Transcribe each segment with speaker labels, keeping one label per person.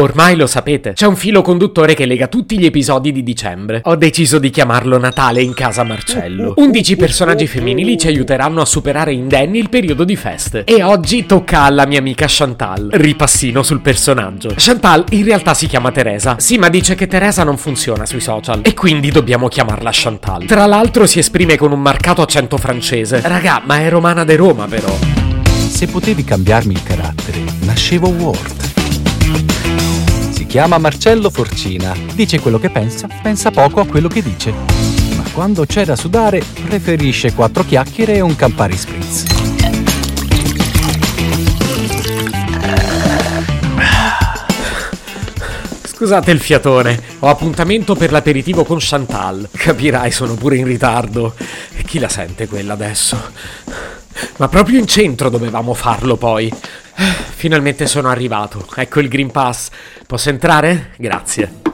Speaker 1: Ormai lo sapete, c'è un filo conduttore che lega tutti gli episodi di dicembre. Ho deciso di chiamarlo Natale in casa Marcello. 11 personaggi femminili ci aiuteranno a superare indenni il periodo di feste. E oggi tocca alla mia amica Chantal. Ripassino sul personaggio. Chantal in realtà si chiama Teresa. Sì, ma dice che Teresa non funziona sui social. E quindi dobbiamo chiamarla Chantal. Tra l'altro si esprime con un marcato accento francese. Raga, ma è romana de Roma però.
Speaker 2: Se potevi cambiarmi il carattere, nascevo Ward. Si chiama Marcello Forcina. Dice quello che pensa, pensa poco a quello che dice. Ma quando c'è da sudare, preferisce quattro chiacchiere e un Campari Spritz.
Speaker 1: Scusate il fiatone, ho appuntamento per l'aperitivo con Chantal. Capirai, sono pure in ritardo. Chi la sente quella adesso? Ma proprio in centro dovevamo farlo poi. Finalmente sono arrivato. Ecco il Green Pass. Posso entrare? Grazie.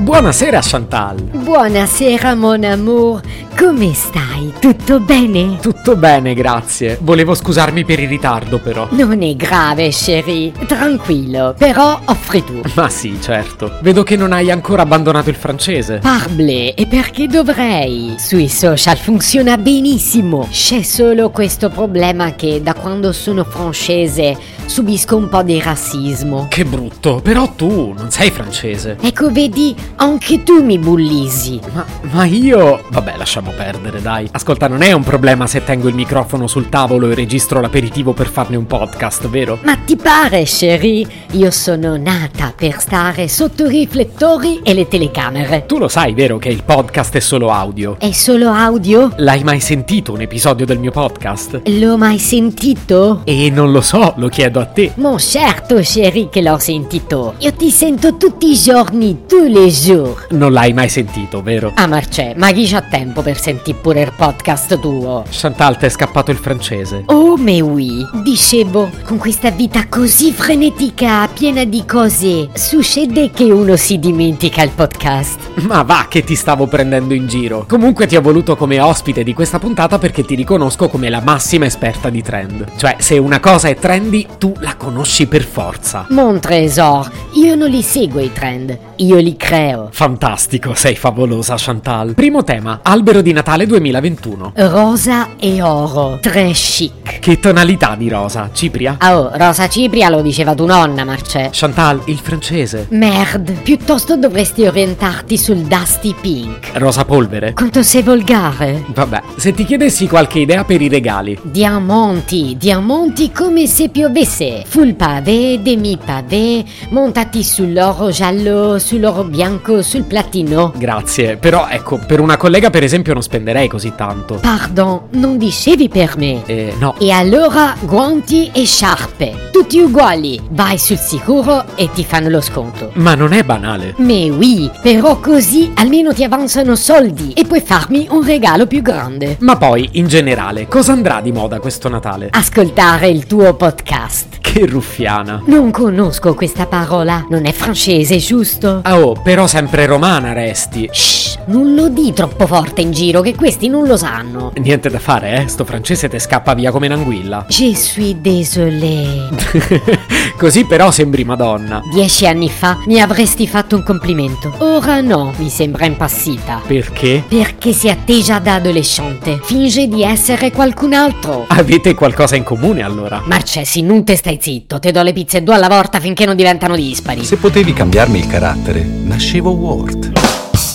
Speaker 1: Buonasera Chantal.
Speaker 3: Buonasera mon amour, come stai? Tutto bene?
Speaker 1: Tutto bene, grazie. Volevo scusarmi per il ritardo però.
Speaker 3: Non è grave, chérie, tranquillo, però offri tu.
Speaker 1: Ma sì, certo. Vedo che non hai ancora abbandonato il francese.
Speaker 3: Parble, e perché dovrei? Sui social funziona benissimo. C'è solo questo problema che da quando sono francese subisco un po' di razzismo.
Speaker 1: Che brutto, però tu non sei francese.
Speaker 3: Ecco, vedi, anche tu mi bullisi.
Speaker 1: Ma, ma io... Vabbè, lasciamo perdere, dai. Ascolta, non è un problema se tengo il microfono sul tavolo e registro l'aperitivo per farne un podcast, vero?
Speaker 3: Ma ti pare, chérie? Io sono nata per stare sotto i riflettori e le telecamere.
Speaker 1: Tu lo sai, vero, che il podcast è solo audio.
Speaker 3: È solo audio?
Speaker 1: L'hai mai sentito un episodio del mio podcast?
Speaker 3: L'ho mai sentito?
Speaker 1: E non lo so, lo chiedo a te.
Speaker 3: Mon certo, chérie, che l'ho sentito. Io ti sento tutti i giorni, tous les jours.
Speaker 1: Non l'hai mai sentito, vero?
Speaker 3: Ah, Marcè, ma chi c'ha tempo per sentire pure il podcast tuo?
Speaker 1: Chantal, ti è scappato il francese.
Speaker 3: Oh, me oui. Dicevo, con questa vita così frenetica, piena di cose, succede che uno si dimentica il podcast.
Speaker 1: Ma va che ti stavo prendendo in giro. Comunque ti ho voluto come ospite di questa puntata perché ti riconosco come la massima esperta di trend. Cioè, se una cosa è trendy, tu la conosci per forza.
Speaker 3: Mon trésor, io non li seguo i trend, io li creo.
Speaker 1: Fantastico, sei favolosa Chantal. Primo tema, albero di Natale 2021.
Speaker 3: Rosa e oro, tre chic.
Speaker 1: Che tonalità di rosa, Cipria?
Speaker 3: Ah, Oh, Rosa Cipria lo diceva tu nonna, Marcè.
Speaker 1: Chantal, il francese.
Speaker 3: Merde, piuttosto dovresti orientarti sul Dusty Pink.
Speaker 1: Rosa polvere.
Speaker 3: Quanto sei volgare.
Speaker 1: Vabbè, se ti chiedessi qualche idea per i regali,
Speaker 3: Diamonti, diamonti come se piovesse. Full pavé, demi pavé, montati sull'oro giallo, sull'oro bianco, sul platino.
Speaker 1: Grazie, però ecco, per una collega per esempio non spenderei così tanto.
Speaker 3: Pardon, non dicevi per me.
Speaker 1: Eh, no.
Speaker 3: E allora guanti e sciarpe, tutti uguali. Vai sul sicuro e ti fanno lo sconto.
Speaker 1: Ma non è banale.
Speaker 3: Me oui, però così almeno ti avanzano soldi e puoi farmi un regalo più grande.
Speaker 1: Ma poi, in generale, cosa andrà di moda questo Natale? Ah,
Speaker 3: Ascoltare il tuo podcast.
Speaker 1: Che ruffiana.
Speaker 3: Non conosco questa parola, non è francese, giusto?
Speaker 1: Ah, Oh, però sempre romana resti.
Speaker 3: Shh, non lo di troppo forte in giro che questi non lo sanno.
Speaker 1: Niente da fare, eh? Sto francese te scappa via come un'anguilla.
Speaker 3: Je suis désolé.
Speaker 1: Così però sembri Madonna.
Speaker 3: Dieci anni fa mi avresti fatto un complimento. Ora no, mi sembra impassita.
Speaker 1: Perché?
Speaker 3: Perché si atteggia da adolescente, finge di essere qualcun altro.
Speaker 1: Avete qualcosa in comune allora?
Speaker 3: Marcessi, non te stai zitto, te do le pizze due alla volta finché non diventano dispari.
Speaker 2: Se potevi cambiarmi il carattere, nascevo Ward.